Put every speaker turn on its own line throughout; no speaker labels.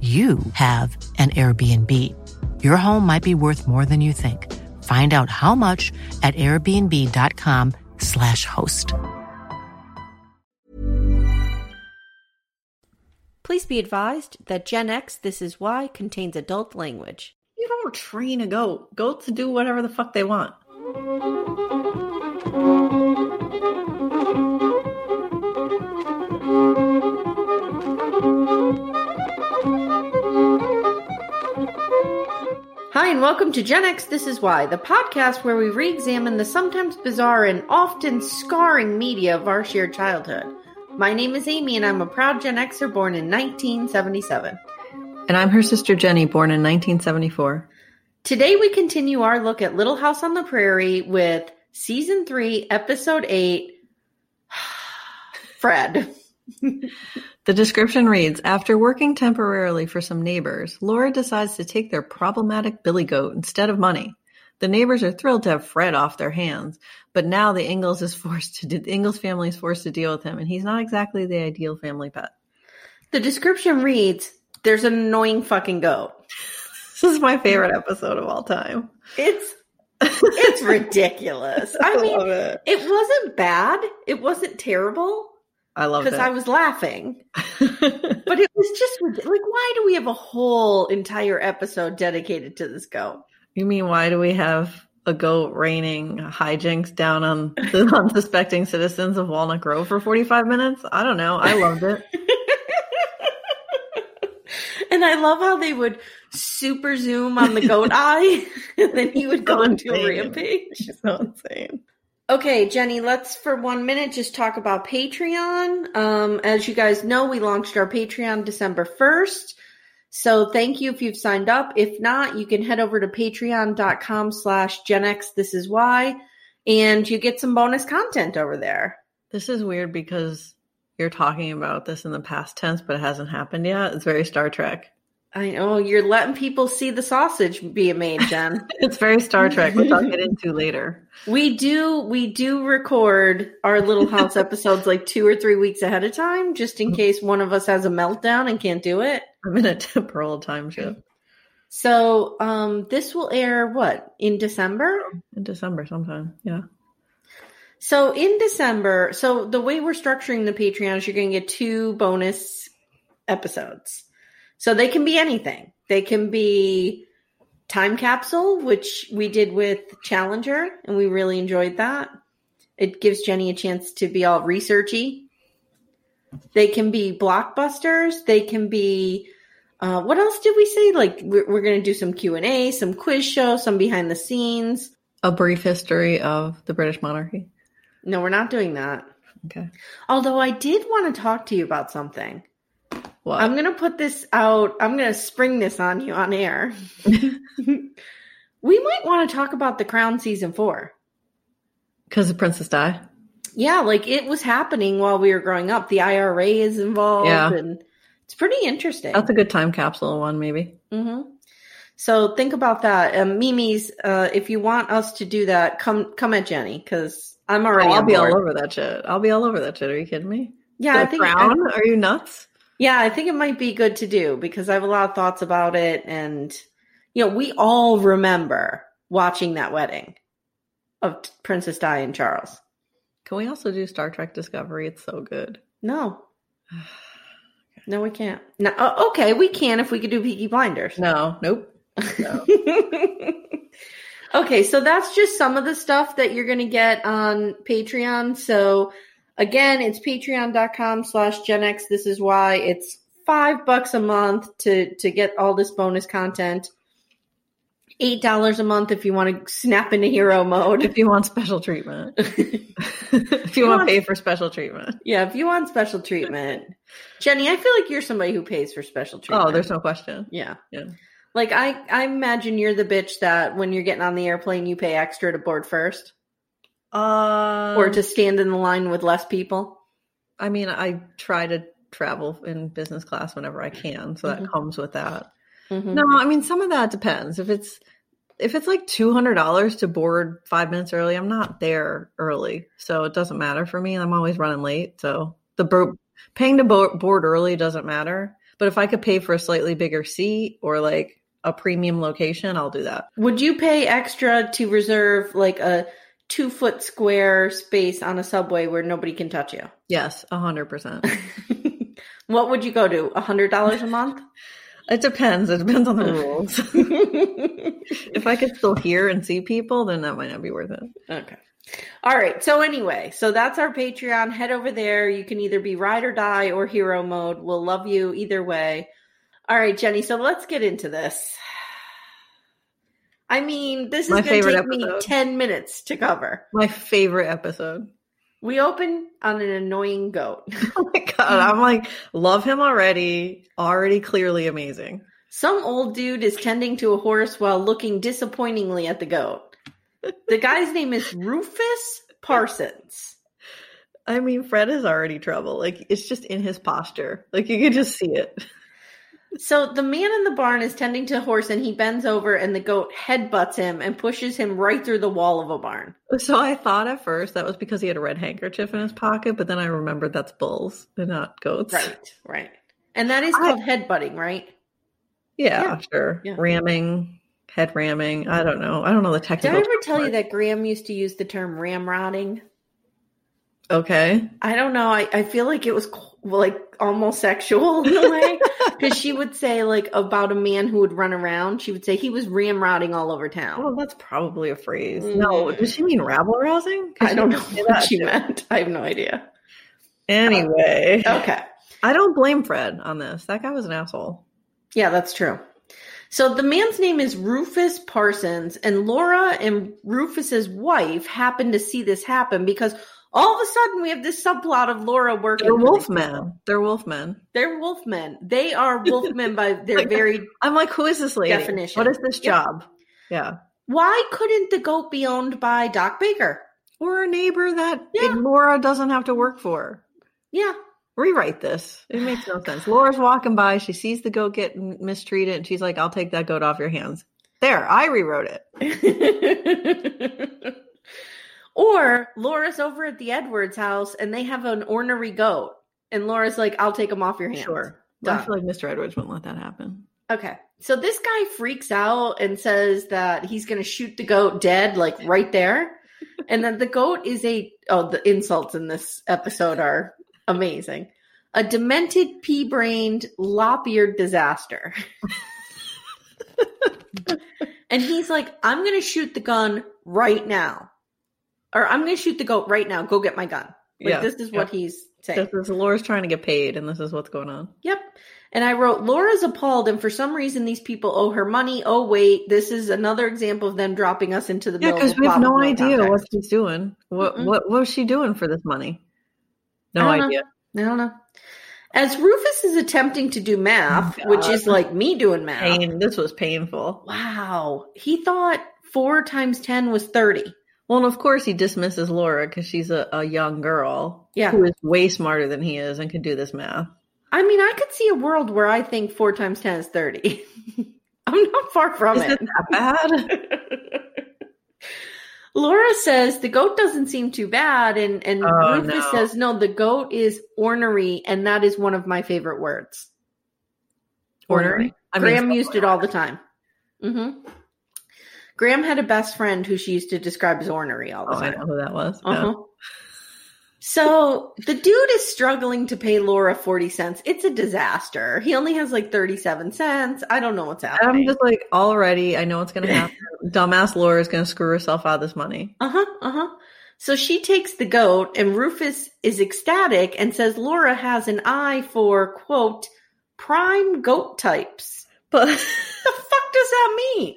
you have an Airbnb. Your home might be worth more than you think. Find out how much at airbnb.com/slash host.
Please be advised that Gen X This Is Why contains adult language.
You don't train a goat. Goats do whatever the fuck they want.
Hi, and welcome to Gen X This Is Why, the podcast where we re examine the sometimes bizarre and often scarring media of our shared childhood. My name is Amy, and I'm a proud Gen Xer born in 1977.
And I'm her sister Jenny, born in 1974.
Today, we continue our look at Little House on the Prairie with Season 3, Episode 8 Fred.
The description reads After working temporarily for some neighbors, Laura decides to take their problematic billy goat instead of money. The neighbors are thrilled to have Fred off their hands, but now the Ingalls is forced to the Ingalls family is forced to deal with him, and he's not exactly the ideal family pet.
The description reads There's an annoying fucking goat.
This is my favorite episode of all time.
It's it's ridiculous. I mean,
love it.
it wasn't bad. It wasn't terrible
I love
because
it.
I was laughing. But it was just rid- like, why do we have a whole entire episode dedicated to this goat?
you mean why do we have a goat raining hijinks down on the unsuspecting citizens of Walnut Grove for 45 minutes? I don't know. I loved it.
And I love how they would super zoom on the goat eye, and then he would go into a
Insane.
rampage.
She's so insane.
Okay, Jenny, let's for one minute just talk about Patreon. Um, as you guys know, we launched our Patreon December 1st. So thank you if you've signed up. If not, you can head over to patreon.com slash Gen X This Is Why, and you get some bonus content over there.
This is weird because you're talking about this in the past tense, but it hasn't happened yet. It's very Star Trek.
I know you're letting people see the sausage being made, Jen.
It's very Star Trek, which I'll get into later.
we do we do record our little house episodes like two or three weeks ahead of time, just in case one of us has a meltdown and can't do it.
I'm in a temporal time shift
So um this will air what in December?
in December sometime. Yeah.
So in December, so the way we're structuring the Patreon is you're going to get two bonus episodes. So they can be anything. They can be time capsule, which we did with Challenger, and we really enjoyed that. It gives Jenny a chance to be all researchy. They can be blockbusters. They can be uh, what else did we say? Like we're, we're going to do some Q and A, some quiz show, some behind the scenes.
A brief history of the British monarchy.
No, we're not doing that.
Okay.
Although I did want to talk to you about something.
Well,
I'm going to put this out. I'm going to spring this on you on air. we might want to talk about The Crown season 4.
because the princess died.
Yeah, like it was happening while we were growing up. The IRA is involved
Yeah.
and it's pretty interesting.
That's a good time capsule one, maybe.
hmm So think about that. Um, Mimi's uh, if you want us to do that, come come at Jenny cuz I'm already
Oh, I'll
on
be
board.
all over that shit. I'll be all over that shit. Are you kidding me?
Yeah, I
The
think
crown? Are you nuts?
Yeah, I think it might be good to do because I have a lot of thoughts about it. And, you know, we all remember watching that wedding of Princess Di and Charles.
Can we also do Star Trek Discovery? It's so good.
No. No, we can't. No, oh, okay, we can if we could do Peaky Blinders.
No, nope. No.
Oh. okay, so that's just some of the stuff that you're going to get on Patreon. So again, it's patreon.com slash Gen X. This is why it's five bucks a month to, to get all this bonus content. Eight dollars a month if you want to snap into hero mode.
if you want special treatment, if you want to pay for special treatment.
yeah, if you want special treatment. Jenny, I feel like you're somebody who pays for special treatment.
Oh, there's no question.
yeah.
Yeah.
Like I, I imagine you're the bitch that when you're getting on the airplane, you pay extra to board first,
Uh,
or to stand in the line with less people.
I mean, I try to travel in business class whenever I can, so that comes with that. No, I mean, some of that depends. If it's if it's like two hundred dollars to board five minutes early, I'm not there early, so it doesn't matter for me. I'm always running late, so the bro- paying to bo- board early doesn't matter. But if I could pay for a slightly bigger seat or like a premium location, I'll do that.
Would you pay extra to reserve like a two foot square space on a subway where nobody can touch you?
Yes, hundred percent.
What would you go to? A hundred dollars a month?
It depends. It depends on the rules. if I could still hear and see people, then that might not be worth it.
Okay. All right. So anyway, so that's our Patreon. Head over there. You can either be ride or die or hero mode. We'll love you either way. All right, Jenny. So let's get into this. I mean, this
My
is going to
favorite
take me
episode.
10 minutes to cover.
My favorite episode.
We open on an annoying goat.
Oh my god! I'm like, love him already. Already clearly amazing.
Some old dude is tending to a horse while looking disappointingly at the goat. The guy's name is Rufus Parsons.
I mean, Fred is already trouble. Like it's just in his posture. Like you can just see it.
So the man in the barn is tending to a horse and he bends over and the goat headbutts him and pushes him right through the wall of a barn.
So I thought at first that was because he had a red handkerchief in his pocket, but then I remembered that's bulls and not goats.
Right, right. And that is
I-
called headbutting, right?
Yeah,
Yeah.
sure.
Yeah.
Ramming, head ramming. I don't know. I don't know the
Did I
technical.
ever
term
tell
for
you
it.
that Graham used to use the term ramrodding?
Okay.
I don't know. I, I feel like it was qu- like almost sexual in a way because she would say like about a man who would run around. She would say he was ramrodding all over town.
Oh, that's probably a phrase.
Mm.
No, does she mean rabble rousing? 'Cause
I don't know
didn't say
what
that.
she meant. I have no idea.
Anyway,
Okay.
I don't blame Fred on this. That guy was an asshole.
Yeah, that's true. So the man's name is Rufus Parsons, and Laura and Rufus's wife happened to see this happen because all of a sudden we have this subplot of Laura working.
They're
for these people.
wolfmen. They're wolfmen.
They're wolfmen. They are wolfmen by their
Like-
very.
I'm like, who is this lady?
Definition.
What is this
Yeah.
job? Yeah.
Why couldn't the goat be owned by Doc Baker?
Or a neighbor that
Yeah.
Laura doesn't have to work for.
Yeah,
Rewrite this. It makes no sense. Laura's walking by. She sees the goat get m- mistreated, and she's like, I'll take that goat off your hands. There, I rewrote it.
or Laura's over at the Edwards house and they have an ornery goat. And Laura's like, I'll take him off your hands.
Sure. I
Done.
feel like Mr. Edwards wouldn't let that happen.
Okay. So this guy freaks out and says that he's going to shoot the goat dead, like right there. And then the goat is a, oh, the insults in this episode are amazing. A demented, pea brained, lop eared disaster. and he's like, I'm going to shoot the gun right now. Or I'm going to shoot the goat right now. Go get my gun. Like,
Yeah.
this is what he's saying.
This is Laura's trying to get paid, and this is what's going on.
Yep. And I wrote, Laura's appalled, and for some reason, these people owe her money. Oh, wait, this is another example of them dropping us into the
Yeah,
middle of
because
a
we have
plot
no
with
idea
context.
what she's doing. What
Mm-mm.
what what was she doing for this money? No
I don't know.
idea.
I don't know. As Rufus is attempting to do math,
Oh,
which
God.
is like me doing math.
Pain. This was painful.
Wow. He thought four times 10 was 30.
Well, and of course he dismisses Laura because she's a, a young girl
Yeah.
who is way smarter than he is and can do this math.
I mean, I could see a world where I think four times 10 is 30. I'm not far from
Is
it.
it that bad?
Laura says the goat doesn't seem too bad, and and
Oh,
Rufus
no.
says no, the goat is ornery, and that is one of my favorite words.
Ornery. I mean,
Graham used it all the time. hmm Graham had a best friend who she used to describe as ornery all the
Oh, I
time.
know who that was.
Uh-huh. So the dude is struggling to pay Laura 40 cents. It's a disaster. He only has like 37 cents. I don't know what's
I'm
happening.
just like, already, I know what's going to happen. Dumbass Laura is going to screw herself out of this money.
Uh huh. Uh huh. So she takes the goat, and Rufus is ecstatic and says Laura has an eye for, quote, prime goat types.
But
The fuck does that mean?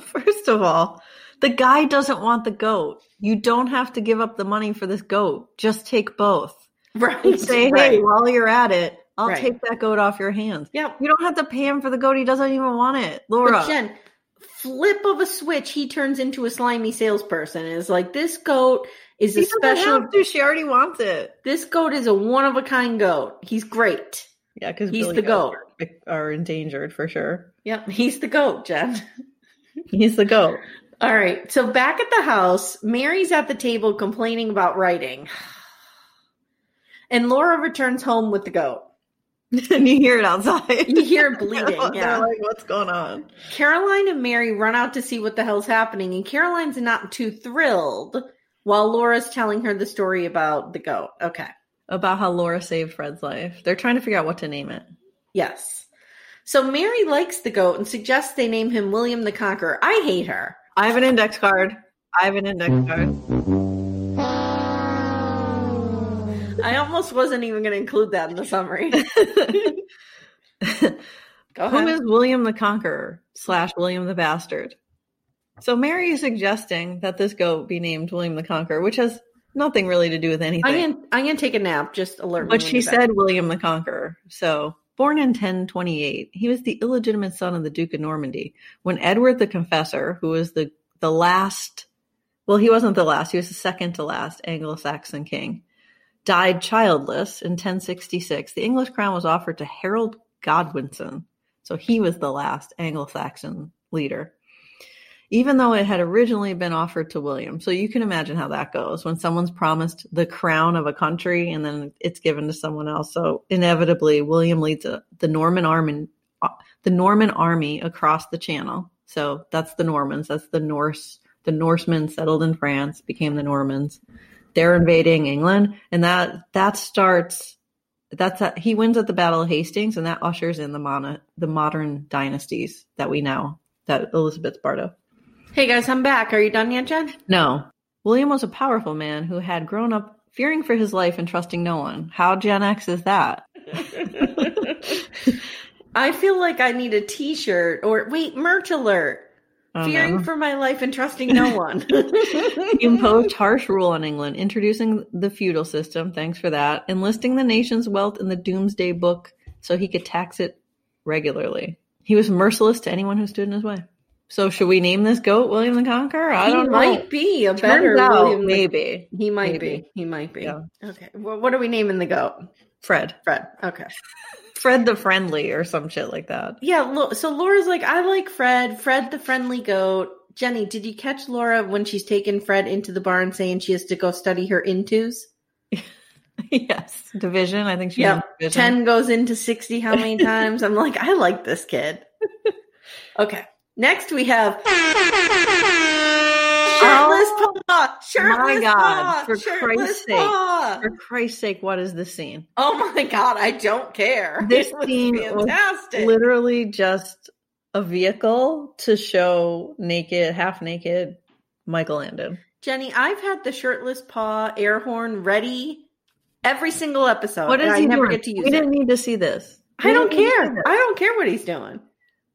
first of all, the guy doesn't want the goat. You don't have to give up the money for this goat. Just take both.
Right.
You say, hey,
right.
while you're at it, I'll
Right.
take that goat off your hands.
Yep.
You don't have to pay him for the goat. He doesn't even want it. Laura.
But Jen, flip of a switch, he turns into a slimy salesperson. And is like this goat is
She
a
doesn't
special.
have to. She already wants it.
This goat is a one of a kind goat. He's great.
Yeah, because
He's the goat.
Are endangered for sure.
Yep, he's the goat, Jen.
He's the goat.
All right. So back at the house, Mary's at the table complaining about writing. And Laura returns home with the goat.
and you hear it outside.
You hear it bleeding.
They're
Yeah.
like, what's going on?
Caroline and Mary run out to see what the hell's happening, and Caroline's not too thrilled while Laura's telling her the story about the goat. Okay.
About how Laura saved Fred's life. They're trying to figure out what to name it.
Yes. So Mary likes the goat and suggests they name him William the Conqueror. I hate her.
I have an index card. I have an index card.
I almost wasn't even going to include that in the summary. Go
Who
ahead.
is William the Conqueror slash William the Bastard? So Mary is suggesting that this goat be named William the Conqueror, which has nothing really to do with anything.
I'm gonna, I'm gonna take a nap. Just alert. me
But
when
she
you're back.
said William the Conqueror. So, born in 1028, he was the illegitimate son of the Duke of Normandy. When Edward the Confessor, who was the, the last, well, he wasn't the last, he was the second to last Anglo Saxon king, died childless in 1066, the English crown was offered to Harold Godwinson. So, he was the last Anglo Saxon leader. Even though it had originally been offered to William. So you can imagine how that goes when someone's promised the crown of a country and then it's given to someone else. So inevitably, William leads a, the Norman army, the Norman army across the Channel. So that's the Normans. That's the Norse. The Norsemen settled in France, became the Normans. They're invading England, and that that starts. That's a, he wins at the Battle of Hastings, and that ushers in the mono, the modern dynasties that we know. That Elizabeth's part of.
"Hey guys, I'm back. Are you done yet, Jen?"
No. William was a powerful man who had grown up fearing for his life and trusting no one. How Gen X is that?
I feel like I need a T-shirt or wait, merch alert.
Oh,
Fearing
no.
for my life and trusting no one.
He imposed harsh rule on England, introducing the feudal system, thanks for that, enlisting the nation's wealth in the Doomsday Book so he could tax it regularly. He was merciless to anyone who stood in his way. So should we name this goat William the Conqueror? I
he
don't
might
know.
be a
Turns
better
out,
William the-
maybe.
He might
Maybe.
be. He might be.
Yeah.
Okay. Well, what are we naming the goat?
Fred.
Fred. Okay.
Fred the Friendly or some shit like that.
Yeah. Lo- so Laura's like, I like Fred. Fred, the friendly goat. Jenny, did you catch Laura when she's taking Fred into the barn saying she has to go study her intos?
yes. Division. I think she
Yeah.
named division.
10 goes into 60 how many times? I'm like, I like this kid. Okay. Next we have Shirtless Paw. Shirtless
Oh God,
Paw.
for
shirtless
Christ's sake.
Paw.
For Christ's sake, what is this scene?
Oh my god, I don't care.
This
It was
scene was
fantastic.
Literally just a vehicle to show naked, half naked Michael Landon.
Jenny, I've had the shirtless paw air horn ready every single episode.
What
Uh, and
is
I
he
never
doing?
get to use
we
it.
didn't need to see this. We
I don't
didn't need to
care.
see this.
I don't care what he's doing.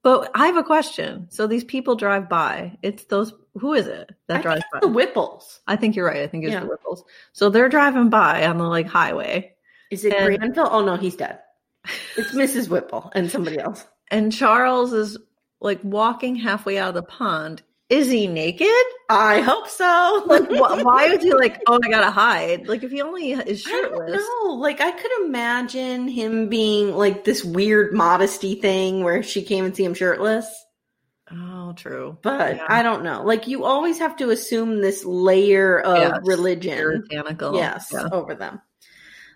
But I have a question. So these people drive by. It's those. Who is it that
I
drives
think
by?
it's the Whipples.
I think you're right. I think it's
Yeah.
the Whipples. So they're driving by on the like highway,
Is it
And-
Granville? Oh no, he's dead. It's Mrs. Whipple and somebody else.
and Charles is like walking halfway out of the pond. Is he naked?
I hope so.
like wh- why would he like oh i gotta hide like if he only is
I don't
shirtless
know. Like I could imagine him being like this weird modesty thing where if she came and see him shirtless.
oh true
But
Yeah.
I don't know. Like you always have to assume this layer of
Yes.
religion.
puritanical
Yes,
yeah.
over them.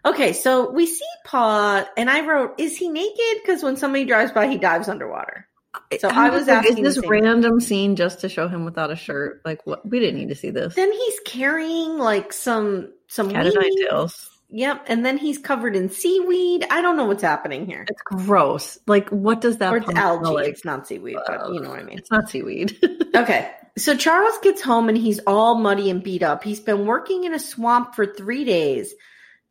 Okay, so we see Paw, and I wrote, "Is he naked?" Because when somebody drives by, he dives underwater. So I was
like,
asking the
is this
same-
random scene just to show him without a shirt? Like, what? We didn't need to see this.
Then he's carrying like some some
Cat and nine
weed.
tails.
Yep, and then he's covered in seaweed. I don't know what's happening here.
It's gross. Like, what does that?
or it's
pump smell
algae.
like?
It's not seaweed, but you know what I mean.
It's not seaweed.
Okay. So Charles gets home and he's all muddy and beat up. He's been working in a swamp for three days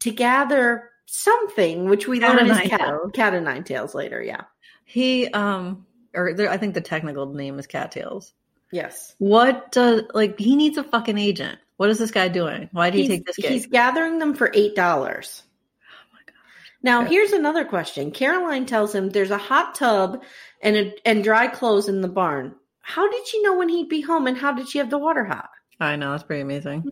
to gather something, which we
Cat
learn
o'
is
nine
cat,
tails.
cat and nine tails later. Yeah.
he um, or there, I think the technical name is cattails.
Yes.
What does like? He needs a fucking agent. What is this guy doing? Why do you
He's,
take this
he's
gig? Oh,
gathering them for $8. Now,
Okay.
here's another question. Caroline tells him there's a hot tub and a, and dry clothes in the barn. How did she know when he'd be home and how did she have the water hot?
I know that's pretty amazing.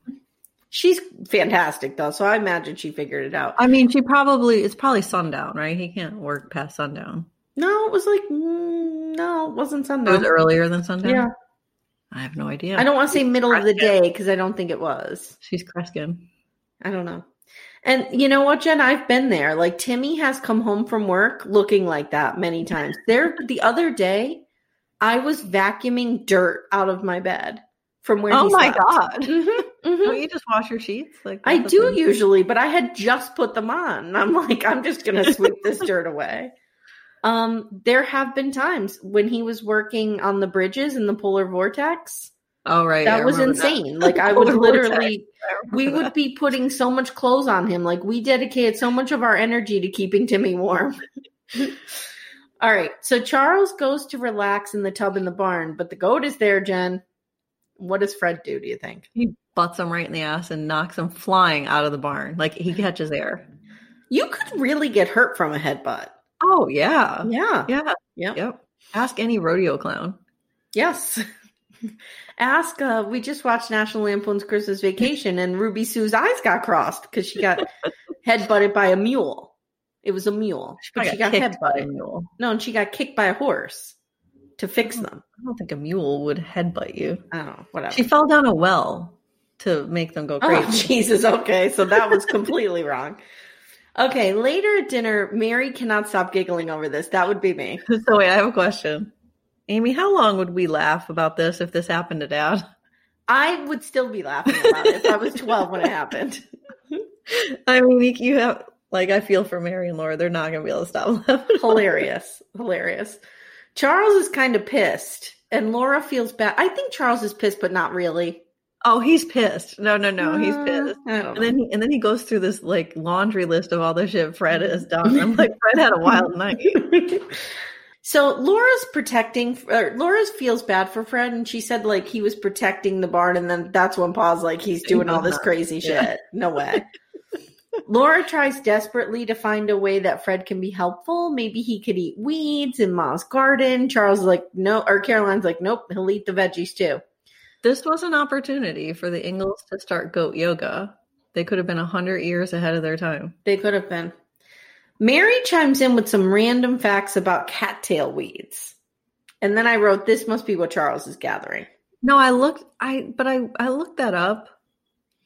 She's fantastic though, so I imagine she figured it out.
I mean, she probably it's probably sundown, right? He can't work past sundown.
No, it was like mm, no, it wasn't
It was
Sunday.
earlier than sundown.
Yeah,
I have no idea.
I don't want to say middle of the day because I don't think it was.
She's Kreskin.
I don't know. And you know what, Jen? I've been there. Like Timmy has come home from work looking like that many times. There, the other day, I was vacuuming dirt out of my bed from where.
Oh
he
my
slept.
god!
Mhm, mhm.
Don't you just wash your sheets? Like
I
that's a
do
thing.
usually, but I had just put them on. And I'm like, I'm just going to sweep this dirt away. Um, there have been times when he was working on the bridges in the polar vortex.
Oh right, I
That was
remember
insane. Like I
Polar
would
vortex.
literally,
I remember
we
that.
would be putting so much clothes on him. Like we dedicated so much of our energy to keeping Timmy warm. All right. So Charles goes to relax in the tub in the barn, but the goat is there, Jen. What does Fred do, do you think?
He butts him right in the ass and knocks him flying out of the barn. Like he catches air.
You could really get hurt from a headbutt.
Oh yeah,
Yeah.
yeah,
Yeah.
yep. Ask any rodeo clown.
Yes. Ask. Uh, we just watched National Lampoon's Christmas Vacation, and Ruby Sue's eyes got crossed because she got headbutted by a mule. It was a mule, but she got
kicked by a
headbutted.
mule.
No, and she got kicked by a horse to fix them.
I don't think a mule would headbutt you.
I don't know. Whatever.
She fell down a well to make them go
Oh,
crazy.
Jesus. Okay. So that was completely wrong. Okay. Later at dinner, Mary cannot stop giggling over this. That would be me.
so wait, I have a question. Amy, how long would we laugh about this if this happened to Dad?
I would still be laughing about it if I was 12 when it happened.
I mean, you- you have like I feel for Mary and Laura. They're not going to be able to stop laughing.
hilarious hilarious charles is kind of pissed and laura feels bad i think charles is pissed but not really
Oh, he's pissed. No, no, no, he's
Uh,
pissed.
I don't
And
know.
then he and then he goes through this like laundry list of all the shit Fred has done. I'm like, Fred had a wild night.
so laura's protecting or laura feels bad for fred and she said like he was protecting the barn and then that's when paul's like he's doing all this crazy
Yeah.
shit no way Laura tries desperately to find a way that Fred can be helpful. Maybe he could eat weeds in Ma's garden. Charles is like, no, or Caroline's like, nope, he'll eat the veggies too.
This was an opportunity for the Ingalls to start goat yoga. They could have been a hundred years ahead of their time.
They could have been. Mary chimes in with some random facts about cattail weeds. And then I wrote, this must be what Charles is gathering.
No, I looked I but I I looked that up.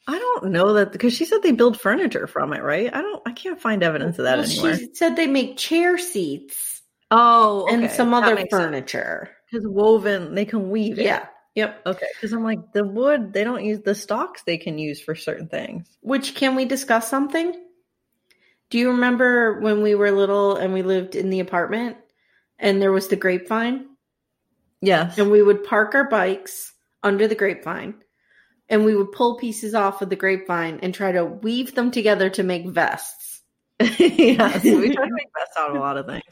I don't know that because she said they build furniture from it, right? I don't I can't find evidence of that
Well,
anywhere.
she said they make chair seats
Oh,
and
okay.
some
That
other
makes sense.
furniture.
Because woven, they can weave. it.
Yeah. Yep.
Okay. Because I'm like the wood. They don't use the stalks. They can use for certain things.
Which can we discuss something? Do you remember when we were little and we lived in the apartment and there was the grapevine?
Yes.
and we would park our bikes under the grapevine and we would pull pieces off of the grapevine and try to weave them together to make vests.
yes. We try to make best out of a lot of things.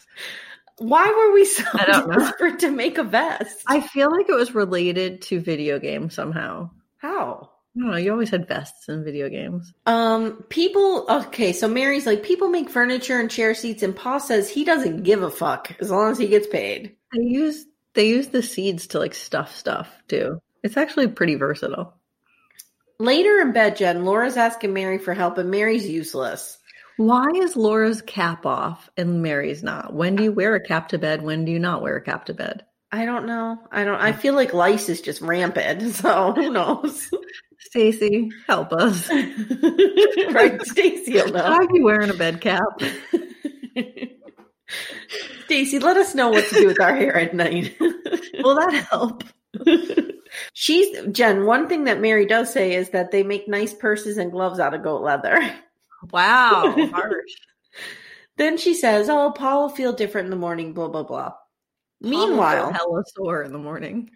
Why were we so
I don't know.
desperate to make a vest?
I feel like it was related to video games somehow.
How?
I don't know. You always had vests in video games.
Um, people, okay, so Mary's like, people make furniture and chair seats, and Pa says he doesn't give a fuck as long as he gets paid.
They use they use the seeds to like stuff stuff too. It's actually pretty versatile.
Later in bed, Jen, Laura's asking Mary for help, and Mary's useless.
Why is Laura's cap off and Mary's not? When do you wear a cap to bed? When do you not wear a cap to bed?
I don't know. I don't, I feel like lice is just rampant, so who knows?
Stacy, help us.
right, Stacy will know.
I'd be wearing a bed cap.
Stacy, let us know what to do with our hair at night.
Will that help?
She's Jen. One thing that Mary does say is that they make nice purses and gloves out of goat leather.
Wow, harsh.
Then she says, "Oh, Paul will feel different in the morning." Blah blah blah.
Palms
Meanwhile,
are hella sore in the morning.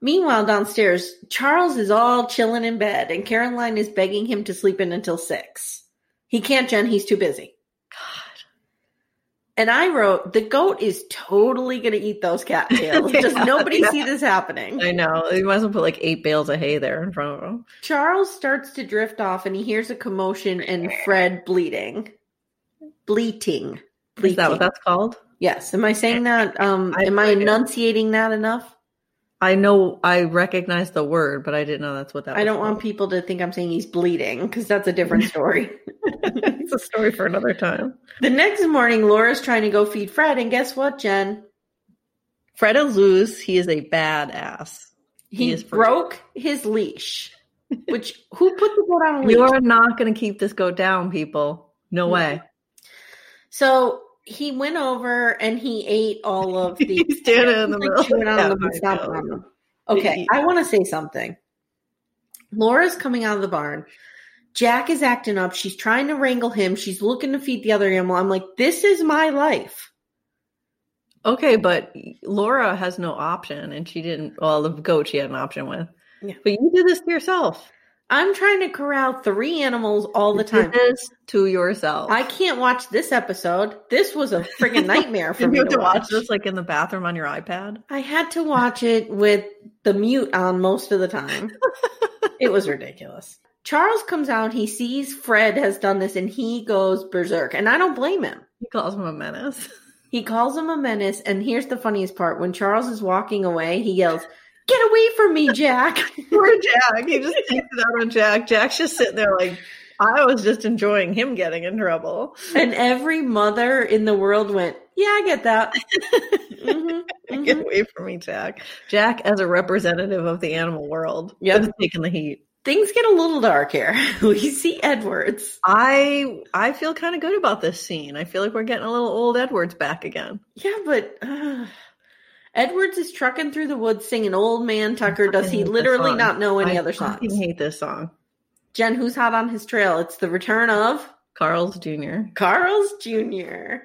meanwhile downstairs, Charles is all chilling in bed, and Caroline is begging him to sleep in until six. He can't, Jen. He's too busy.
God,
And I wrote, "The goat is totally going to eat those cattails." Does
Yeah,
nobody
yeah.
see this happening?
I know. You might as well put like eight bales of hay there in front of him.
Charles starts to drift off and he hears a commotion and Fred bleeding. Bleating. Bleating.
Is that what that's called?
yes. Am I saying that? Um
I-
am I
I do.
enunciating that enough?
I know. I recognize the word, but I didn't know that's what that.
I
was
don't
called.
want people to think I'm saying he's bleeding because that's a different story.
it's a story for another time.
the next morning, Laura's trying to go feed Fred, and guess what, Jen?
Fred is loose. He is a badass.
He,
He is free.
broke his leash. Which who put the goat on a leash?
You are not going to keep this goat down, people. No way.
So he went over and he ate all of the.
He's standing in the
Like
middle.
chewing on
Yeah,
them and
I
stomping
know.
on them. Okay, I want to say something. Laura's coming out of the barn. Jack is acting up. She's trying to wrangle him. She's looking to feed the other animal. I'm like, this is my life.
Okay, but Laura has no option, and she didn't. Well, the goat she had an option with.
Yeah.
But you did this to yourself.
I'm trying to corral three animals all the
You
time.
did this to yourself.
I can't watch this episode. This was a friggin' nightmare for
Did
me
you have
to
to watch
watch.
this like in the bathroom on your iPad?
I had to watch it with the mute on most of the time. it was ridiculous. Charles comes out, he sees Fred has done this, and he goes berserk. And I don't blame him.
He calls him a menace.
He calls him a menace, and here's the funniest part. When Charles is walking away, he yells, Get away from me, Jack.
Poor Jack. He just takes it out on Jack. Jack's just sitting there like, I was just enjoying him getting in trouble.
and every mother in the world went, Yeah, I get that. Mhm,
Get
mhm.
away from me, Jack. Jack, as a representative of the animal world,
Yep.
is taking the heat.
Things get a little dark here. we see Edwards.
I I feel kind of good about this scene. I feel like we're getting a little old Edwards back again.
Yeah, but uh, Edwards is trucking through the woods singing Old Man Tucker. Does
I
he
hate this
literally
song.
not know any
I
other
fucking
songs?
hate this song.
Jen, who's hot on his trail? It's the return of
Carl's Jr.
Carl's Jr.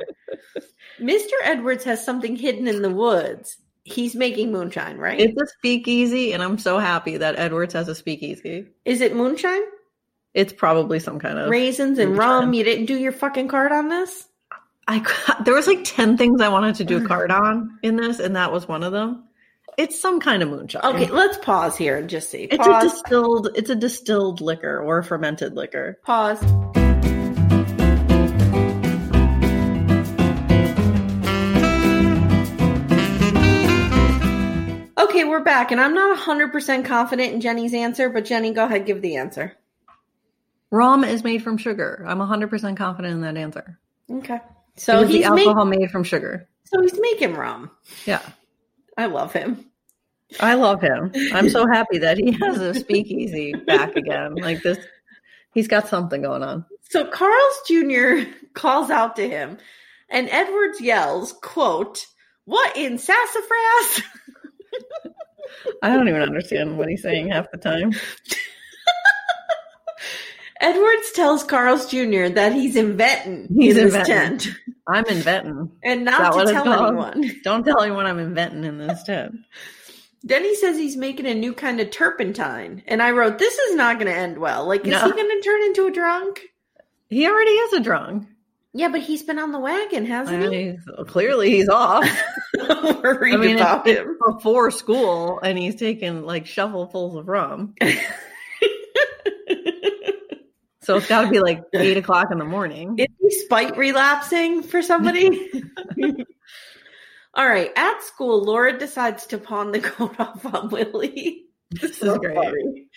Mr. Edwards has something hidden in the woods. He's making moonshine, right?
It's a speakeasy, and I'm so happy that Edwards has a speakeasy.
Is it moonshine?
It's probably some kind of
Raisins and
moonshine.
rum. You didn't do your fucking card on this?
I there was like ten things I wanted to do
Mm.
a card on in this, and that was one of them. It's some kind of moonshine.
Okay, let's pause here and just see.
it's
Pause.
a distilled. It's a distilled liquor or fermented liquor.
pause. Okay, we're back, and I'm not 100% confident in Jenny's answer, but Jenny, go ahead, give the answer.
Rum is made from sugar. I'm 100 percent confident in that answer.
Okay.
So
So
the
he's, make,
alcohol made from sugar.
so he's making rum.
Yeah,
I love him.
I love him. I'm so happy that he has a speakeasy back again. Like this, he's got something going on.
So Carl's Jr. calls out to him, and Edwards yells, quote, what in sassafras?
I don't even understand what he's saying half the time.
Edwards tells Carl's Jr. that he's inventing
He's
in his
inventing.
tent
I'm inventing.
and
Is that
not
what
to
it's
tell
called?
anyone.
Don't tell anyone I'm inventing in this tent.
Then he says he's making a new kind of turpentine. And I wrote, this is not going to end well. Like, is
No.
he going to turn into a drunk?
He already is a drunk.
Yeah, but he's been on the wagon, hasn't he?
He's, clearly, he's off.
Worried
I mean,
about
it's
him.
before school, and he's taking like shovelfuls of rum. so it's got to be like eight o'clock in the morning.
Is he spite relapsing for somebody? All right. At school, Laura decides to pawn the coat off on Willie.
this
So
is great.
funny.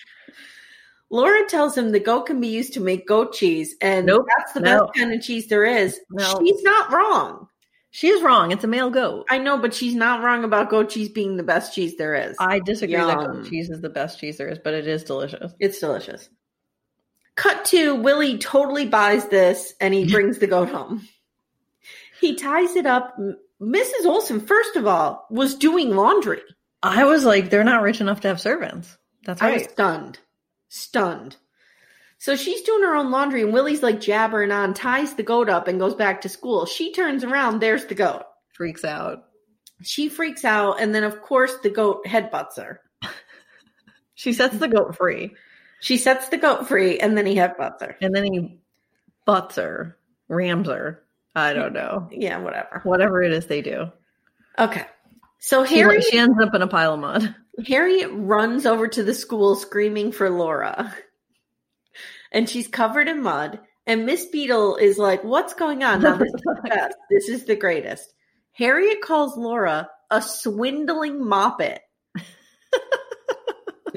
Laura tells him the goat can be used to make goat cheese, and
Nope.
that's the
No.
best kind of cheese there is.
No.
She's not wrong.
She is wrong. It's a male goat.
I know, but she's not wrong about goat cheese being the best cheese there is.
I disagree that
Yum.
goat cheese is the best cheese there is, but it is delicious.
it's delicious. Cut to Willie totally buys this and he brings the goat home. He ties it up. M- Mrs. Olson, first of all, was doing laundry.
I was like, they're not rich enough to have servants. That's
I was
right.
stunned. Stunned. So she's doing her own laundry, and Willie's like jabbering on, ties the goat up, and goes back to school. She turns around, there's the goat.
Freaks out.
She freaks out, and then, of course, the goat headbutts her.
She sets the goat free,
She sets the goat free, and then he headbutts her.
and then he butts her, rams her. I don't know.
Yeah, whatever.
Whatever it is they do.
Okay. So
She,
Harriet,
she ends up in a pile of mud.
Harriet runs over to the school screaming for Laura. And she's covered in mud. And Miss Beadle is like, What's going on? Now, this is the best. This is the greatest. Harriet calls Laura a swindling moppet.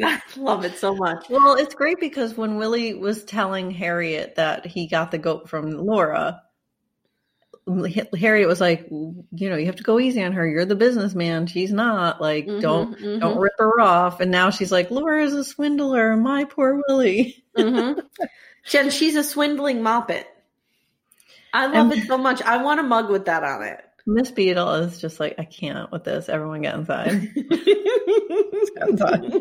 I love it so much.
Well, it's great because when Willie was telling Harriet that he got the goat from Laura, H- Harriet was like, you know, you have to go easy on her. You're the businessman. She's not. Like, don't
Mhm,
don't rip her off. And now she's like, Laura is a swindler. My poor Willie.
mhm, mhm. Jen, she's a swindling moppet. I love
And-
it so much. I want a mug with that on it.
Miss Beadle is just like, I can't with this. Everyone get inside. Outside.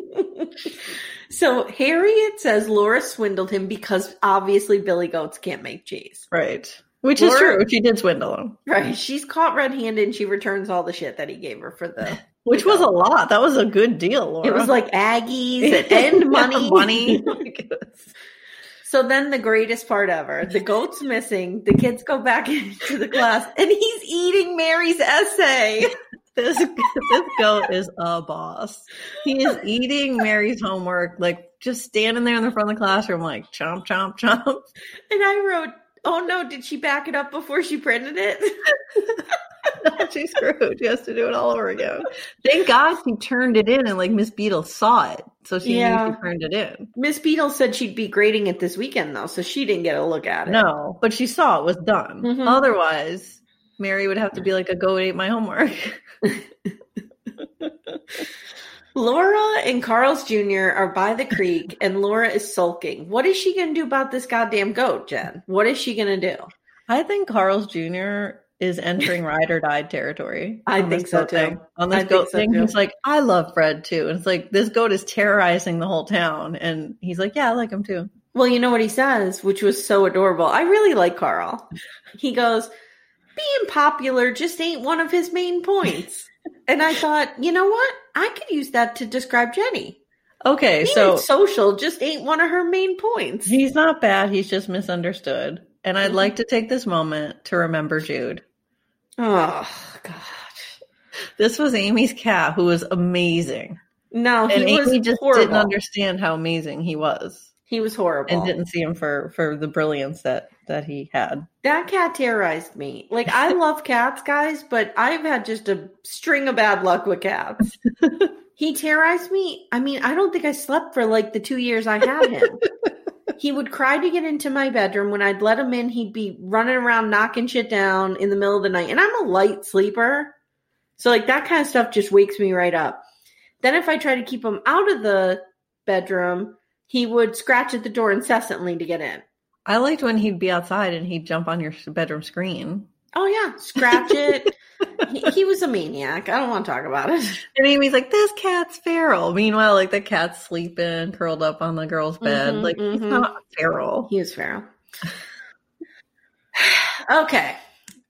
so Harriet says Laura swindled him because obviously Billy Goats can't make cheese.
right. Which is
Laura-
true. She did swindle him.
Right. She's caught red handed and she returns all the shit that he gave her for the
Which was a lot. That was a good deal, Laura.
it was like Aggies and money.
money.
So then the greatest part ever. The goat's missing. The kids go back into the class and he's eating Mary's essay.
this this goat is a boss. He is eating Mary's homework, like just standing there in the front of the classroom, like chomp chomp chomp.
And I wrote, Oh no, did she back it up before she printed it?
She's screwed. She has to do it all over again. Thank God she turned it in, and like Miss Beadle saw it, so she
Yeah.
knew she turned it in.
Miss Beadle said she'd be grading it this weekend though, so she didn't get a look at it.
No, but she saw it was done.
Mhm.
Otherwise, Mary would have to be like a goat ate my homework.
Laura and Carl's Jr. are by the creek and Laura is sulking. What is she going to do about this goddamn goat, Jen? What is she going to do?
I think Carl's Jr. is entering ride or die territory.
I
on this
think so,
goat
too.
Thing. On
I
this
think
goat
so,
thing,
too.
he's like, I love Fred too. And it's like, this goat is terrorizing the whole town. And he's like, Yeah, I like him too.
Well, you know what he says, which was so adorable. I really like Carl. He goes, being popular just ain't one of his main points. and I thought, you know what? I could use that to describe Jenny.
Okay,
Being
so
social just ain't one of her main points.
he's not bad. He's just misunderstood. And
Mm-hmm.
I'd like to take this moment to remember Jude.
Oh, God.
This was Amy's cat, who was amazing.
No, he
And Amy
was
just
horrible.
didn't understand how amazing he was
he was horrible.
and didn't see him for, for the brilliance that, that he had.
That cat terrorized me. Like I love cats, guys, but I've had just a string of bad luck with cats. he terrorized me. I mean, I don't think I slept for like the two years I had him. he would cry to get into my bedroom. When I'd let him in, he'd be running around knocking shit down in the middle of the night. And I'm a light sleeper. So like that kind of stuff just wakes me right up. Then if I try to keep him out of the bedroom, he would scratch at the door incessantly to get in.
I liked when he'd be outside and he'd jump on your bedroom screen.
Oh yeah, scratch it. he, he was a maniac. I don't want to talk about it.
And Amy's like, this cat's feral. Meanwhile, like the cat's sleeping, curled up on the girl's bed.
Mhm,
like, he's
mhm.
not feral.
He was feral. okay.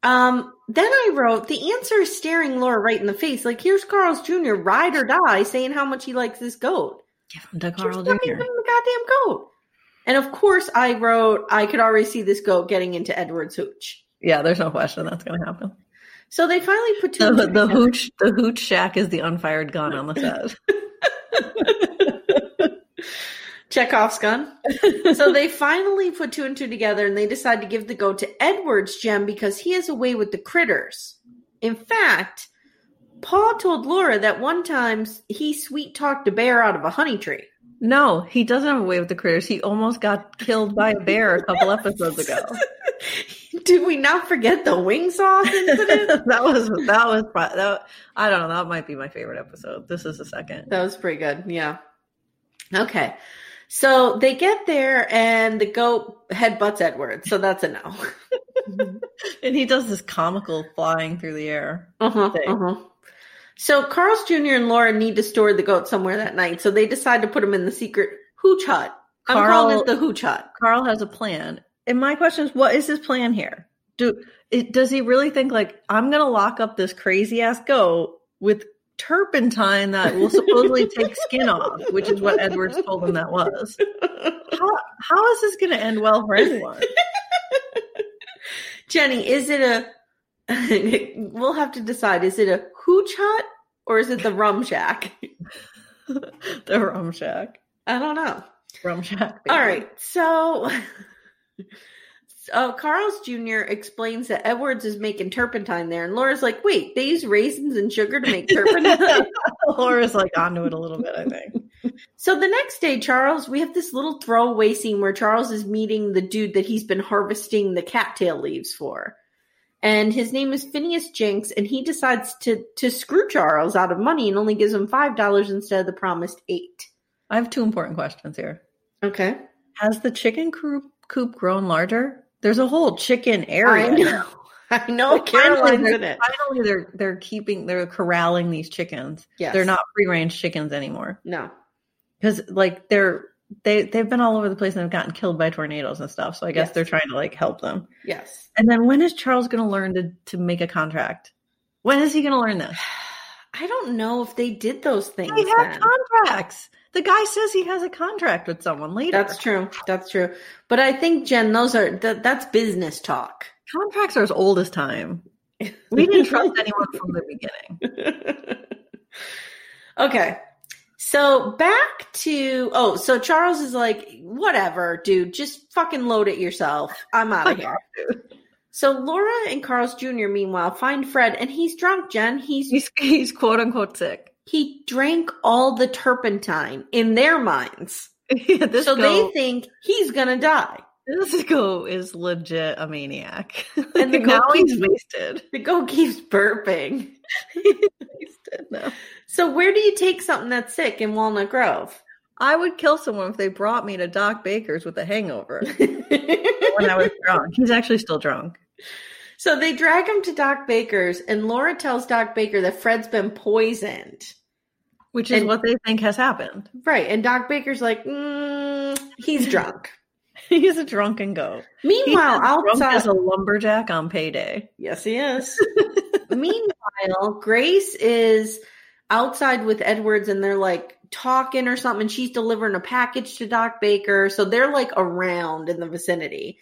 Um, then I wrote the answer is staring Laura right in the face. Like here's Carl's Jr. ride or die saying how much he likes this goat.
Give him to
She
Carl
was fucking
Jr.
giving him the goddamn goat. And of course I wrote I could already see this goat getting into Edward's hooch.
Yeah, there's no question that's going to happen.
So they finally put two
The,
and two
the
together.
hooch the hooch shack is the unfired gun on the set.
Chekhov's gun. so they finally put two and two together and they decide to give the goat to Edward's gem because he has a way with the critters. In fact, Paul told Laura that one time he sweet talked a bear out of a honey tree.
No, he doesn't have a way with the critters. He almost got killed by a bear a couple episodes ago.
Did we not forget the wing sauce incident?
that was that was pro- that I don't know. That might be my favorite episode. This is the second.
that was pretty good. Yeah. Okay. So they get there and the goat headbutts Edward. So that's a no.
and he does this comical flying through the air.
Uh-huh,
thing.
uh-huh. So Carl's Jr. and Laura need to store the goat somewhere that night, so they decide to put him in the secret hooch hut. I'm calling
Carl-
it the hooch hut.
Carl has a plan. And my question is, what is his plan here? Do it, does he really think like I'm going to lock up this crazy ass goat with turpentine that will supposedly take skin off, which is what Edwards told him that was? How, how is this going to end well for anyone?
Jenny, is it a? we'll have to decide. Is it a hooch hut or is it the rum shack?
the rum shack,
I don't know.
rum shack.
All right. So, so Carl's Jr. explains that Edwards is making turpentine there, and Laura's like, "Wait, they use raisins and sugar to make turpentine."
Laura's like onto it a little bit. I think
so the next day, Charles, we have this little throwaway scene where Charles is meeting the dude that he's been harvesting the cattail leaves for. And his name is Phineas Jinks, and he decides to to screw Charles out of money and only gives him five dollars instead of the promised eight.
I have two important questions here.
Okay.
Has the chicken coop, coop grown larger? There's a whole chicken area.
I know. I know
Like,
Caroline's
finally,
in
they're-
it.
Finally, they're they're keeping they're corralling these chickens.
Yes.
They're not free range chickens anymore
No.
because like they're they they've been all over the place and they've gotten killed by tornadoes and stuff. So I guess
Yes.
they're trying to like help them.
Yes.
And then when is Charles going to learn to to make a contract? When is he going to learn this?
I don't know if they did those things.
They have
then.
contracts. The guy says he has a contract with someone later.
That's true. That's true. But I think Jen, those are that, that's business talk.
Contracts are as old as time. We didn't trust anyone from the beginning.
okay. So back to oh, so Charles is like, whatever, dude, just fucking load it yourself. I'm out of here. So Laura and Carl's Jr. meanwhile find Fred, and he's drunk. Jen, he's
He's, he's quote unquote sick.
he drank all the turpentine in their minds,
Yeah, this
so
goat-
they think he's gonna die.
This goat is legit a maniac.
And
And
the
now
goat
he's
keeps-
wasted.
The goat keeps burping.
wasted now.
So where do you take something that's sick in Walnut Grove?
I would kill someone if they brought me to Doc Baker's with a hangover when I was drunk. He's actually still drunk.
so they drag him to Doc Baker's, and Laura tells Doc Baker that Fred's been poisoned.
Which is
And-
what they think has happened.
Right, and Doc Baker's like, mm, he's drunk.
He's a drunken goat. He's
Meanwhile,
as drunk
outside,
as a lumberjack on payday.
yes, he is. Meanwhile, Grace is outside with Edwards, and they're like talking or something. She's delivering a package to Doc Baker, so they're like around in the vicinity.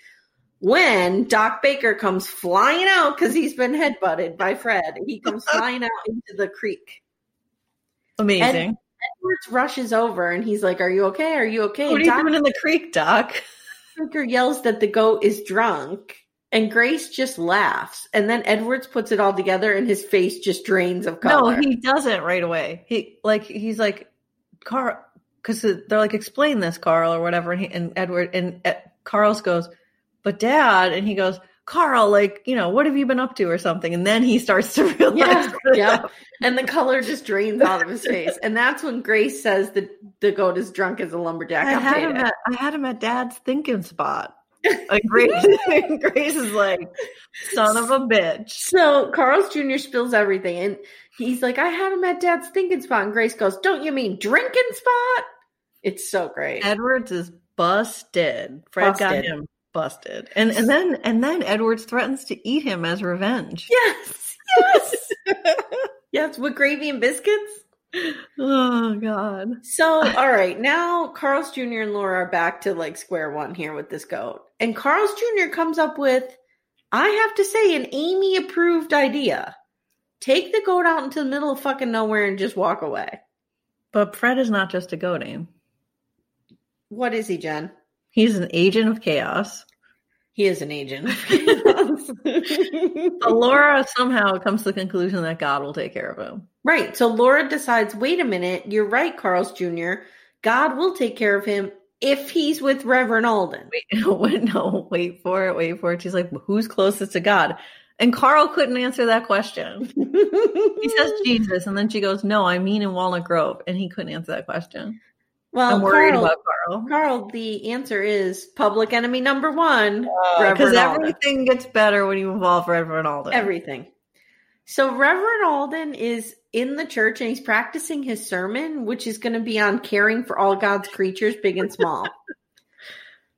When Doc Baker comes flying out because he's been headbutted by Fred, he comes flying out into the creek.
Amazing.
Edwards rushes over and he's like, "Are you okay? Are you okay?"
what are you
Doc
doing in the creek, Doc?
Baker yells that the goat is drunk, and Grace just laughs. And then Edwards puts it all together, and his face just drains of color.
No, he doesn't right away. He like he's like Carl because they're like explain this Carl or whatever, and, he, and Edward and uh, Carl's goes, but Dad, and he goes Carl, like you know what have you been up to or something, and then he starts to realize.
Yeah,
what
yeah.
happened.
And the color just drains out of his face. And that's when Grace says that the goat is drunk as a lumberjack.
I
I'll
had
take
him
it.
at I had him at Dad's thinking spot. Like Grace, Grace is like son of a bitch.
So Carl's Jr. spills everything. And he's like, I had him at dad's thinking spot. And Grace goes, Don't you mean drinking spot? It's so great.
Edwards is busted. Fred got
Busted.
him busted, and and then and then Edwards threatens to eat him as revenge.
yes. Yes. yes. With gravy and biscuits.
Oh God!
So, all right, now Carl's Jr. and Laura are back to like square one here with this goat. And Carl's Jr. comes up with, I have to say, an Amy approved idea. Take the goat out into the middle of fucking nowhere and just walk away.
But Fred is not just a go name.
What is he, Jen?
He's an agent of chaos.
He is an agent.
But Laura somehow comes to the conclusion that God will take care of him.
right. So Laura decides, wait a minute, you're right, Carl's Jr. God will take care of him if he's with Reverend Alden.
Wait, wait, no, wait for it, wait for it. She's like, who's closest to God? And Carl couldn't answer that question. He says Jesus, and then she goes, No, I mean in Walnut Grove. And he couldn't answer that question.
Well,
I'm worried
Oh, Carl,
about Carl.
Carl, the answer is public enemy number one.
Because
Reverend Alden.
everything gets better when you involve Reverend Alden.
Everything. So Reverend Alden is in the church and he's practicing his sermon, which is going to be on caring for all God's creatures, big and small.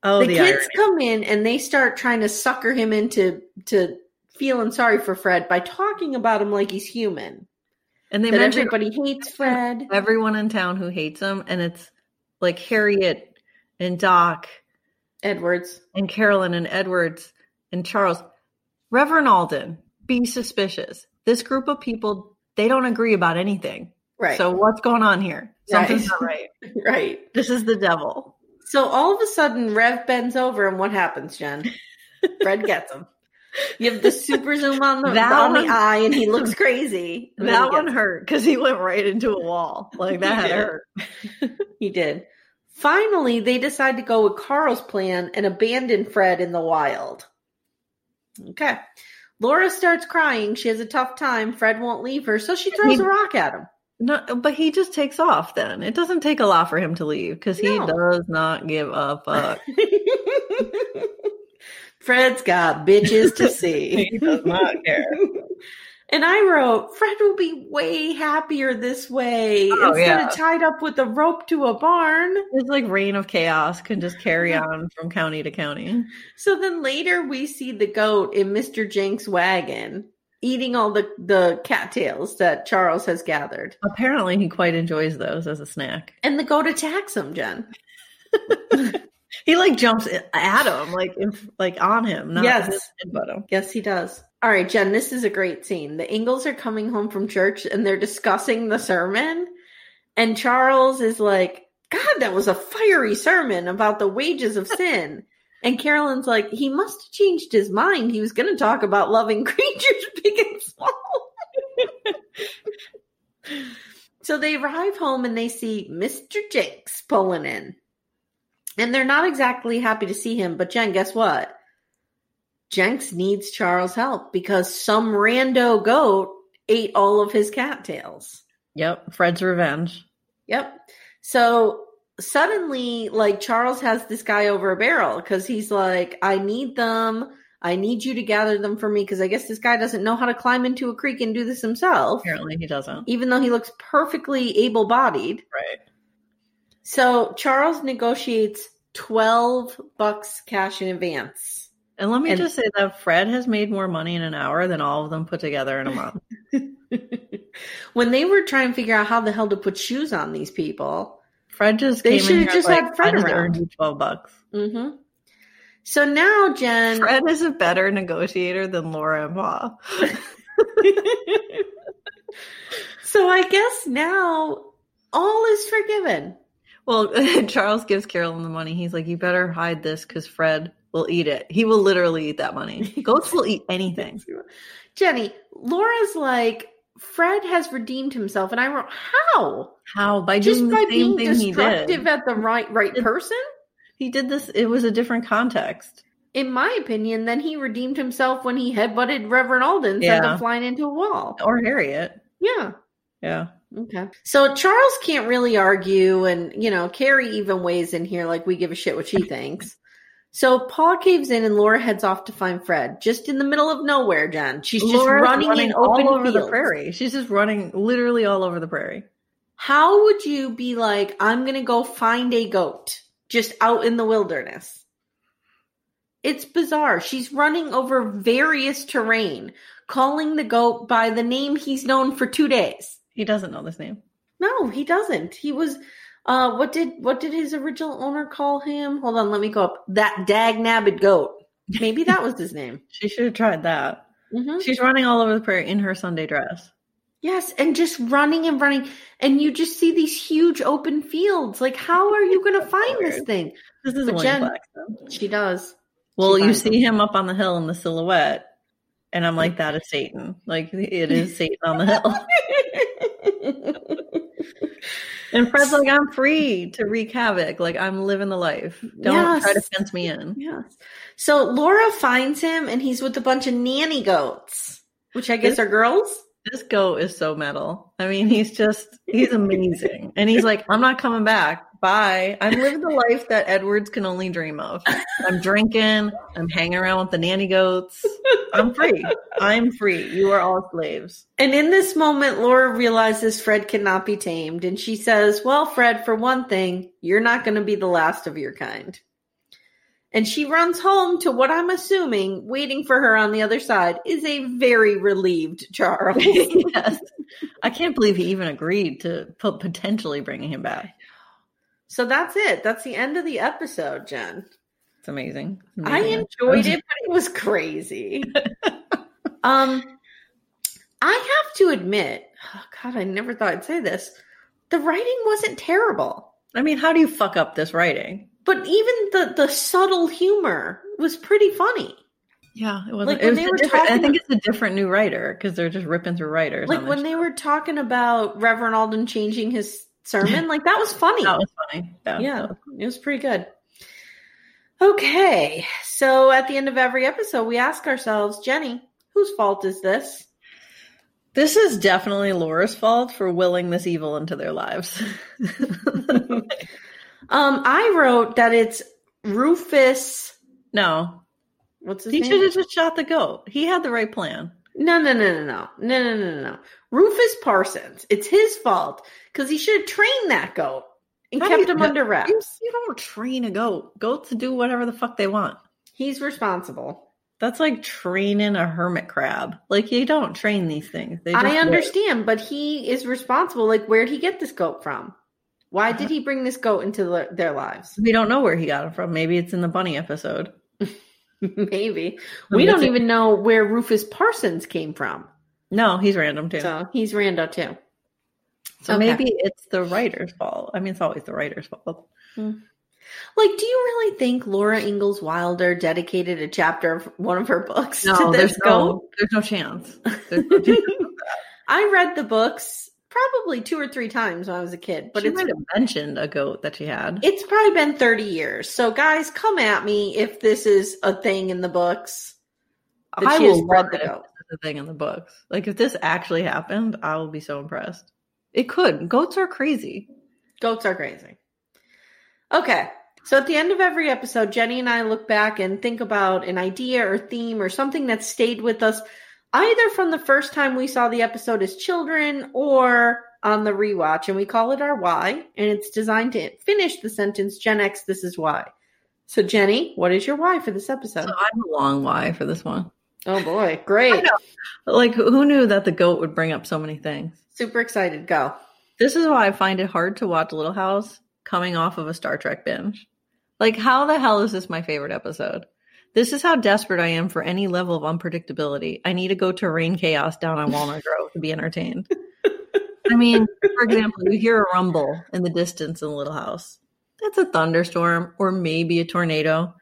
oh,
the,
the,
kids
irony.
come in and they start trying to sucker him into to feeling sorry for Fred by talking about him like he's human.
And they
that
mentioned
everybody hates Fred.
everyone in town who hates him, and it's like Harriet and Doc
Edwards.
and Carolyn and Edwards and Charles. Reverend Alden, be suspicious. This group of people, they don't agree about anything.
Right.
So what's going on here? Something's
Right.
not right.
right.
This is the devil.
So all of a sudden, Rev bends over, and what happens, Jen? Fred gets him. You have the super zoom on the,
That
on
one-
the eye, and he looks crazy. And then
That
he gets
one hurt because he went right into a wall. Like that
He did.
hurt.
He did. Finally, they decide to go with Carl's plan and abandon Fred in the wild. Okay. Laura starts crying. She has a tough time. Fred won't leave her, so she throws
He-
a rock at him.
No, but he just takes off then. It doesn't take a lot for him to leave because he
No.
does not give a fuck.
Fred's got bitches to see.
he does not care.
And I wrote, Fred will be way happier this way
Oh,
instead
yeah.
of tied up with a rope to a barn.
It's like reign of chaos can just carry on from county to county.
So then later we see the goat in Mr. Jenks' wagon eating all the, the cattails that Charles has gathered.
Apparently, he quite enjoys those as a snack.
And the goat attacks him, Jen.
He like jumps at him, like in, like on him. Not
Yes.
yes, but him.
Yes, he does. All right, Jen, this is a great scene. The Ingalls are coming home from church and they're discussing the sermon. And Charles is like, God, that was a fiery sermon about the wages of sin. And Carolyn's like, he must have changed his mind. He was going to talk about loving creatures, big and small. so they arrive home and they see Mr. Jakes pulling in. And they're not exactly happy to see him, but Jen, guess what? Jenks needs Charles' help because some rando goat ate all of his cattails.
Yep, Fred's revenge.
Yep. So suddenly, like, Charles has this guy over a barrel because he's like, I need them. I need you to gather them for me because I guess this guy doesn't know how to climb into a creek and do this himself,
Apparently, he doesn't.
even though he looks perfectly able bodied.
Right.
So Charles negotiates 12 bucks cash in advance.
And let me
And-
just say that Fred has made more money in an hour than all of them put together in a month.
when they were trying to figure out how the hell to put shoes on these people.
Fred just
They
came in
should've
here
just
like,
had Fred
"I just
around."
earned you twelve bucks.
hmm So now, Jen,
Fred is a better negotiator than Laura and Ma.
so I guess now all is forgiven.
Well, Charles gives Carolyn the money. He's like, "You better hide this because Fred will eat it. He will literally eat that money. Ghosts will eat anything."
Jenny, Laura's like, Fred has redeemed himself. And I wrote, how?
How by
Just
doing
by
the
being
same thing he
destructive
did.
at the right right
It-
person?
He did this. It was a different context.
In my opinion, then he redeemed himself when he headbutted Reverend Alden, sent
Yeah.
him flying into a wall.
Or Harriet.
Yeah.
Yeah.
Okay. So Charles can't really argue, and you know, Carrie even weighs in here like we give a shit what she thinks. So Paul caves in, and Laura heads off to find Fred, just in the middle of nowhere. Jen, she's just
Laura's
running, in
all
open
over the
fields.
prairie. She's just running literally all over the prairie.
How would you be like? I'm gonna go find a goat just out in the wilderness. It's bizarre. She's running over various terrain, calling the goat by the name he's known for two days.
He doesn't know this name.
No, he doesn't. He was uh what did what did his original owner call him? Hold on, let me go up. That dag nabbit goat. Maybe that was his name.
She should have tried that.
Mhm.
She's running all over the prairie in her Sunday dress.
Yes, and just running and running and you just see these huge open fields. Like how are you going to find this thing?
This is
But
Wayne
Jen-
Blackstone.
She does.
Well,
She
you
finds
see him up on the hill in the silhouette, and I'm like, that is Satan. Like it is Satan on the hill. And Fred's like, I'm free to wreak havoc. Like I'm living the life. Don't try to
Yes.
fence me in.
yes. So Laura finds him and he's with a bunch of nanny goats, which I guess are girls.
This goat is so metal. I mean, he's just he's amazing. and he's like, I'm not coming back. Bye. I'm living the life that Edwards can only dream of. I'm drinking. I'm hanging around with the nanny goats. I'm free. I'm free. You are all slaves.
And in this moment, Laura realizes Fred cannot be tamed, and she says, Well, Fred, for one thing, you're not going to be the last of your kind. And she runs home to what I'm assuming, waiting for her on the other side, is a very relieved Charles.
yes. I can't believe he even agreed to po- potentially bringing him back.
so that's it. That's the end of the episode, Jen.
It's amazing.
I enjoyed it, but it was crazy. um, I have to admit, oh God, I never thought I'd say this. The writing wasn't terrible,
I mean, how do you fuck up this writing?
but even the the subtle humor was pretty funny.
Yeah, it
Like,
wasn't. it
when
was
they
a
were
different- I
talking-
think it's a different new writer because they're just ripping through writers.
Like when they were talking about Reverend Alden changing his sermon, like that was funny.
That was funny. That,
yeah,
that was-
it was pretty good. Okay, so at the end of every episode, we ask ourselves, Jenny, whose fault is this?
This is definitely Laura's fault for willing this evil into their lives.
Um, I wrote that it's Rufus.
no,
What's his
he should
name?
have just shot the goat. He had the right plan.
No, no, no, no, no, no, no, no, no. Rufus Parsons. It's his fault because he should have trained that goat and
How do
kept
you-
him under
You,
wraps.
you don't train a goat. Goats do whatever the fuck they want.
He's responsible.
That's like training a hermit crab. Like you don't train these things. They just
I
live.
understand, but he is responsible. Like, where'd he get this goat from? Why did he bring this goat into the, their lives?
We don't know where he got it from. Maybe it's in the bunny episode.
Maybe
mean,
we don't
it's a-
even know where Rufus Parsons came from.
No, he's random too. So,
So he's rando too. okay.
maybe it's the writer's fault. I mean, it's always the writer's fault.
Like, do you really think Laura Ingalls Wilder dedicated a chapter of one of her books
No,
to this
there's
goat?
no, there's no chance. There's no chance.
I read the books probably two or three times when I was a kid,
but
but
she
it's
might have mentioned a goat that she had.
it's probably been 30 years. So guys, come at me if this is a thing in the books. that
I
she has
will
read
love it
the
if
goat.
this is a thing in the books. Like if this actually happened, I will be so impressed. It could. Goats are crazy.
Goats are crazy. Okay. So at the end of every episode, Jenny and I look back and think about an idea or theme or something that stayed with us either from the first time we saw the episode as children or on the rewatch. And we call it our why. And it's designed to finish the sentence Gen X, this is why. So, Jenny, what is your why for this episode?
So I'm a long why for this one.
Oh boy, great.
Like who knew that the goat would bring up so many things?
Super excited. Go.
This is why I find it hard to watch Little House coming off of a Star Trek binge. Like, how the hell is this my favorite episode? This is how desperate I am for any level of unpredictability. I need to go to rain chaos down on Walnut Grove to be entertained. I mean, for example, you hear a rumble in the distance in Little House. That's a thunderstorm or maybe a tornado.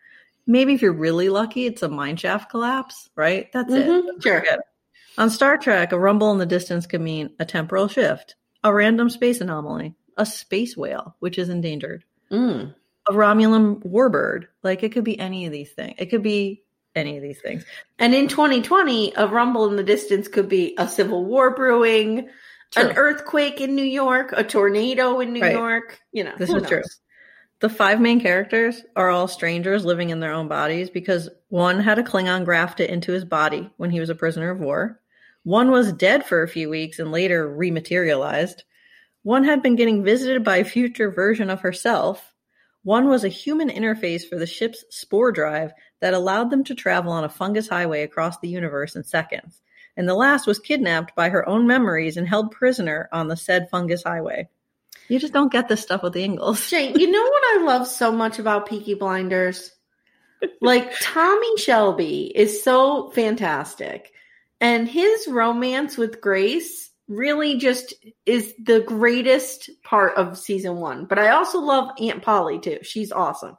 Maybe if you're really lucky, it's a mine shaft collapse, right? That's it.
Mhm, Sure.
Good. On Star Trek, a rumble in the distance can mean a temporal shift, a random space anomaly, a space whale, which is endangered,
Mm.
a Romulan warbird. Like it could be any of these things. It could be any of these things.
And in 2020, a rumble in the distance could be a civil war brewing,
True.
an earthquake in New York, a tornado in New
Right.
York. You know,
This
who
is true.
knows?
The five main characters are all strangers living in their own bodies because one had a Klingon grafted into his body when he was a prisoner of war. One was dead for a few weeks and later rematerialized. One had been getting visited by a future version of herself. One was a human interface for the ship's spore drive that allowed them to travel on a fungus highway across the universe in seconds. And the last was kidnapped by her own memories and held prisoner on the said fungus highway. You just don't get this stuff with the Ingalls.
Jane, you know what I love so much about Peaky Blinders? Like Tommy Shelby is so fantastic. And his romance with Grace really just is the greatest part of season one. But I also love Aunt Polly too. She's awesome.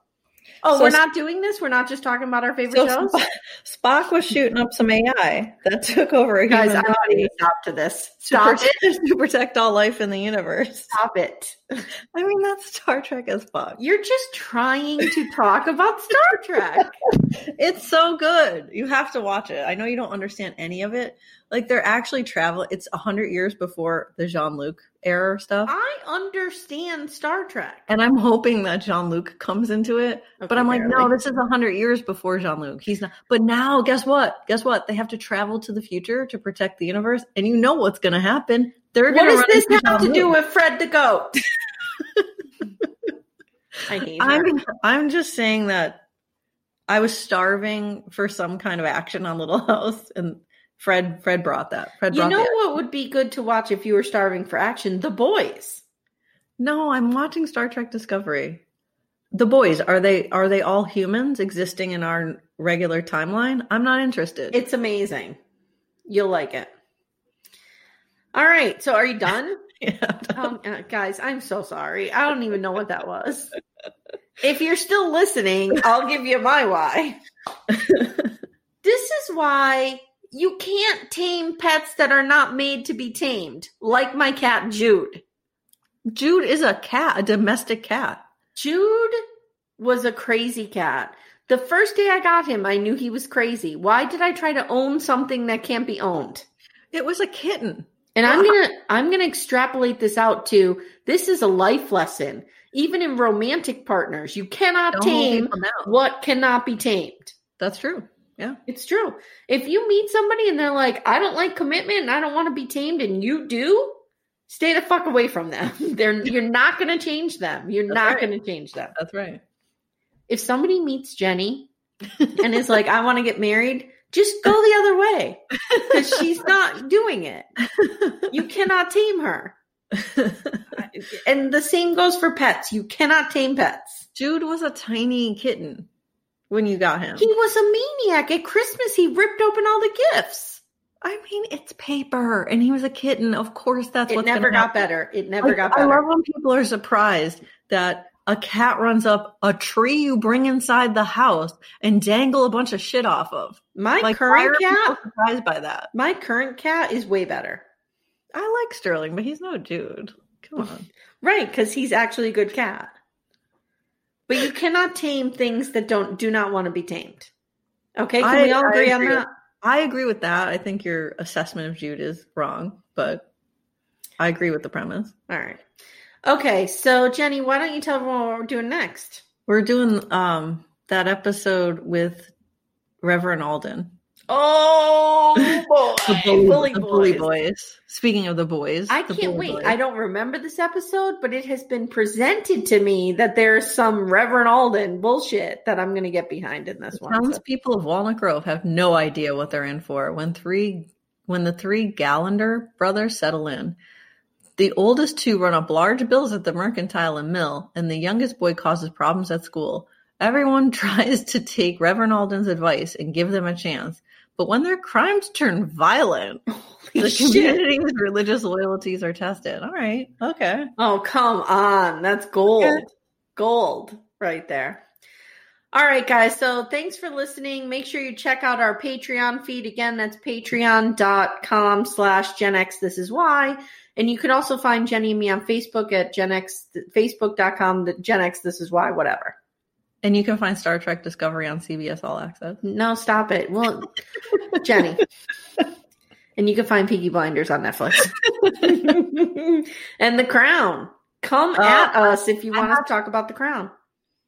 Oh,
So-
we're not doing this? We're not just talking about our favorite
So
shows?
Spock, Spock was shooting up some AI that took over a
Guys,
human
I'm not
body
going to stop to this.
to
Stop it.
protect, to protect all life in the universe.
Stop it.
I mean, that's Star Trek as fuck.
You're just trying to talk about Star Trek.
It's so good. You have to watch it. I know you don't understand any of it. Like they're actually travel. It's a hundred years before the Jean Luc error stuff.
I understand Star Trek.
And I'm hoping that Jean Luc comes into it. but
Okay,
I'm like, no,
barely.
this is 100 years before Jean Luc. He's not. But now, guess what? Guess what? They have to travel to the future to protect the universe. And you know what's going to happen. They're
What
going
does this
into
have
Jean
to do
Luc.
with Fred the Goat? I hate her.
I'm, I'm just saying that I was starving for some kind of action on Little House. And Fred Fred brought that. Fred
You
brought
know
the-
what would be good to watch if you were starving for action? The Boys.
No, I'm watching Star Trek Discovery. The boys are they are they all humans existing in our regular timeline? I'm not interested.
It's amazing. You'll like it. All right. So, are you done?
Yeah.
um, uh, guys, I'm so sorry. I don't even know what that was. If you're still listening, I'll give you my why. This is why you can't tame pets that are not made to be tamed, like my cat Jude.
Jude is a cat, a domestic cat.
Jude was a crazy cat. The first day I got him, I knew he was crazy. Why did I try to own something that can't be owned?
It was a kitten.
And I'm gonna I'm gonna extrapolate this out to this is a life lesson. Even in romantic partners, you cannot
Don't hold
tame
people down.
what cannot be tamed.
That's true. Yeah.
It's true. If you meet somebody and they're like, I don't like commitment and I don't want to be tamed, and you do, stay the fuck away from them. They're you're not gonna change them. You're
That's
not
right.
gonna change them.
That's right.
If somebody meets Jenny and is like, I want to get married, just go the other way. Because she's not doing it. You cannot tame her. And the same goes for pets. You cannot tame pets.
Jude was a tiny kitten when you got him.
He was a maniac. At Christmas, he ripped open all the gifts.
I mean, it's paper and he was a kitten. Of course that's
it
what's
never
gonna
got
happen.
better. It never
I-
got better.
I love when people are surprised that a cat runs up a tree you bring inside the house and dangle a bunch of shit off of.
my
Like why are
current
people
cat,
surprised by that.
my current cat is way better.
I like Sterling, but he's no dude. Come on.
Right, because he's actually a good cat. But you cannot tame things that don't do not want to be tamed. Okay, can
I-
we all
I
agree on
agree.
that?
I agree with that. I think your assessment of Jude is wrong, but I agree with the premise.
All right. Okay, so Jenny, why don't you tell everyone what we're doing next?
We're doing um that episode with Reverend Alden.
Oh boy,
The bully, the bully boys. Speaking of the boys,
I
the
can't
bully
wait.
boys.
I don't remember this episode, but it has been presented to me that there's some Reverend Alden bullshit that I'm going to get behind in this one. So-
Townspeople of Walnut Grove have no idea what they're in for when three when the three Gallander brothers settle in. The oldest two run up large bills at the mercantile and mill, and the youngest boy causes problems at school. Everyone tries to take Reverend Alden's advice and give them a chance, but when their crimes turn violent, the
shit.
community's religious loyalties are tested. All right, okay.
Oh, come on. That's gold.
Yeah.
Gold right there. All right, guys. So thanks for listening. Make sure you check out our Patreon feed. Again, that's patreon.com slash Gen X. This is why. And you can also find Jenny and me on Facebook at Gen X, Facebook.com, the Gen X. This is why, whatever.
And you can find Star Trek Discovery on CBS All Access.
No, stop it. Well, Jenny. And you can find Peaky Blinders on Netflix. and The Crown. Come
Uh,
at us if you
I
want us to talk about The Crown.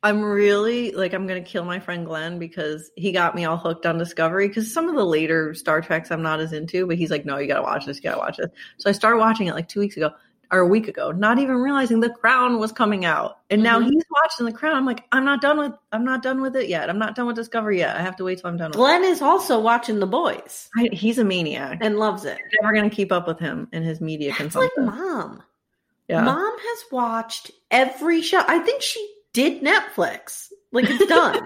I'm really like I'm gonna kill my friend Glenn because he got me all hooked on Discovery because some of the later Star Treks I'm not as into, but he's like, no, you gotta watch this, you gotta watch this. So I started watching it like two weeks ago or a week ago, not even realizing The Crown was coming out, and now
Mhm.
he's watching The Crown. I'm like, I'm not done with, I'm not done with it yet. I'm not done with Discovery yet. I have to wait till I'm done. With
Glenn is also watching The Boys
it. I, he's a maniac.
and loves it.
I'm never gonna keep up with him and his media
That's like
consumption.
mom.
yeah,
Mom has watched every show. I think she did Netflix. Like it's done.